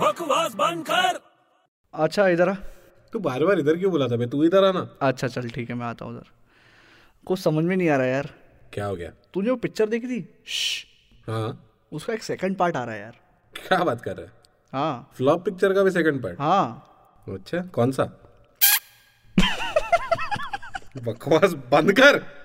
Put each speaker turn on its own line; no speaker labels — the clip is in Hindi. बकवास बंद कर
अच्छा इधर आ
तू बार बार इधर क्यों बुलाता बे तू इधर आना
अच्छा चल ठीक है मैं आता हूँ उधर कुछ समझ में नहीं आ रहा यार
क्या हो गया
तूने वो पिक्चर देखी थी श्श्श,
हाँ
उसका एक सेकंड पार्ट आ रहा है यार
क्या बात कर रहा है
हाँ
फ्लॉप पिक्चर का भी सेकंड पार्ट
हाँ
अच्छा कौन सा बकवास बंद कर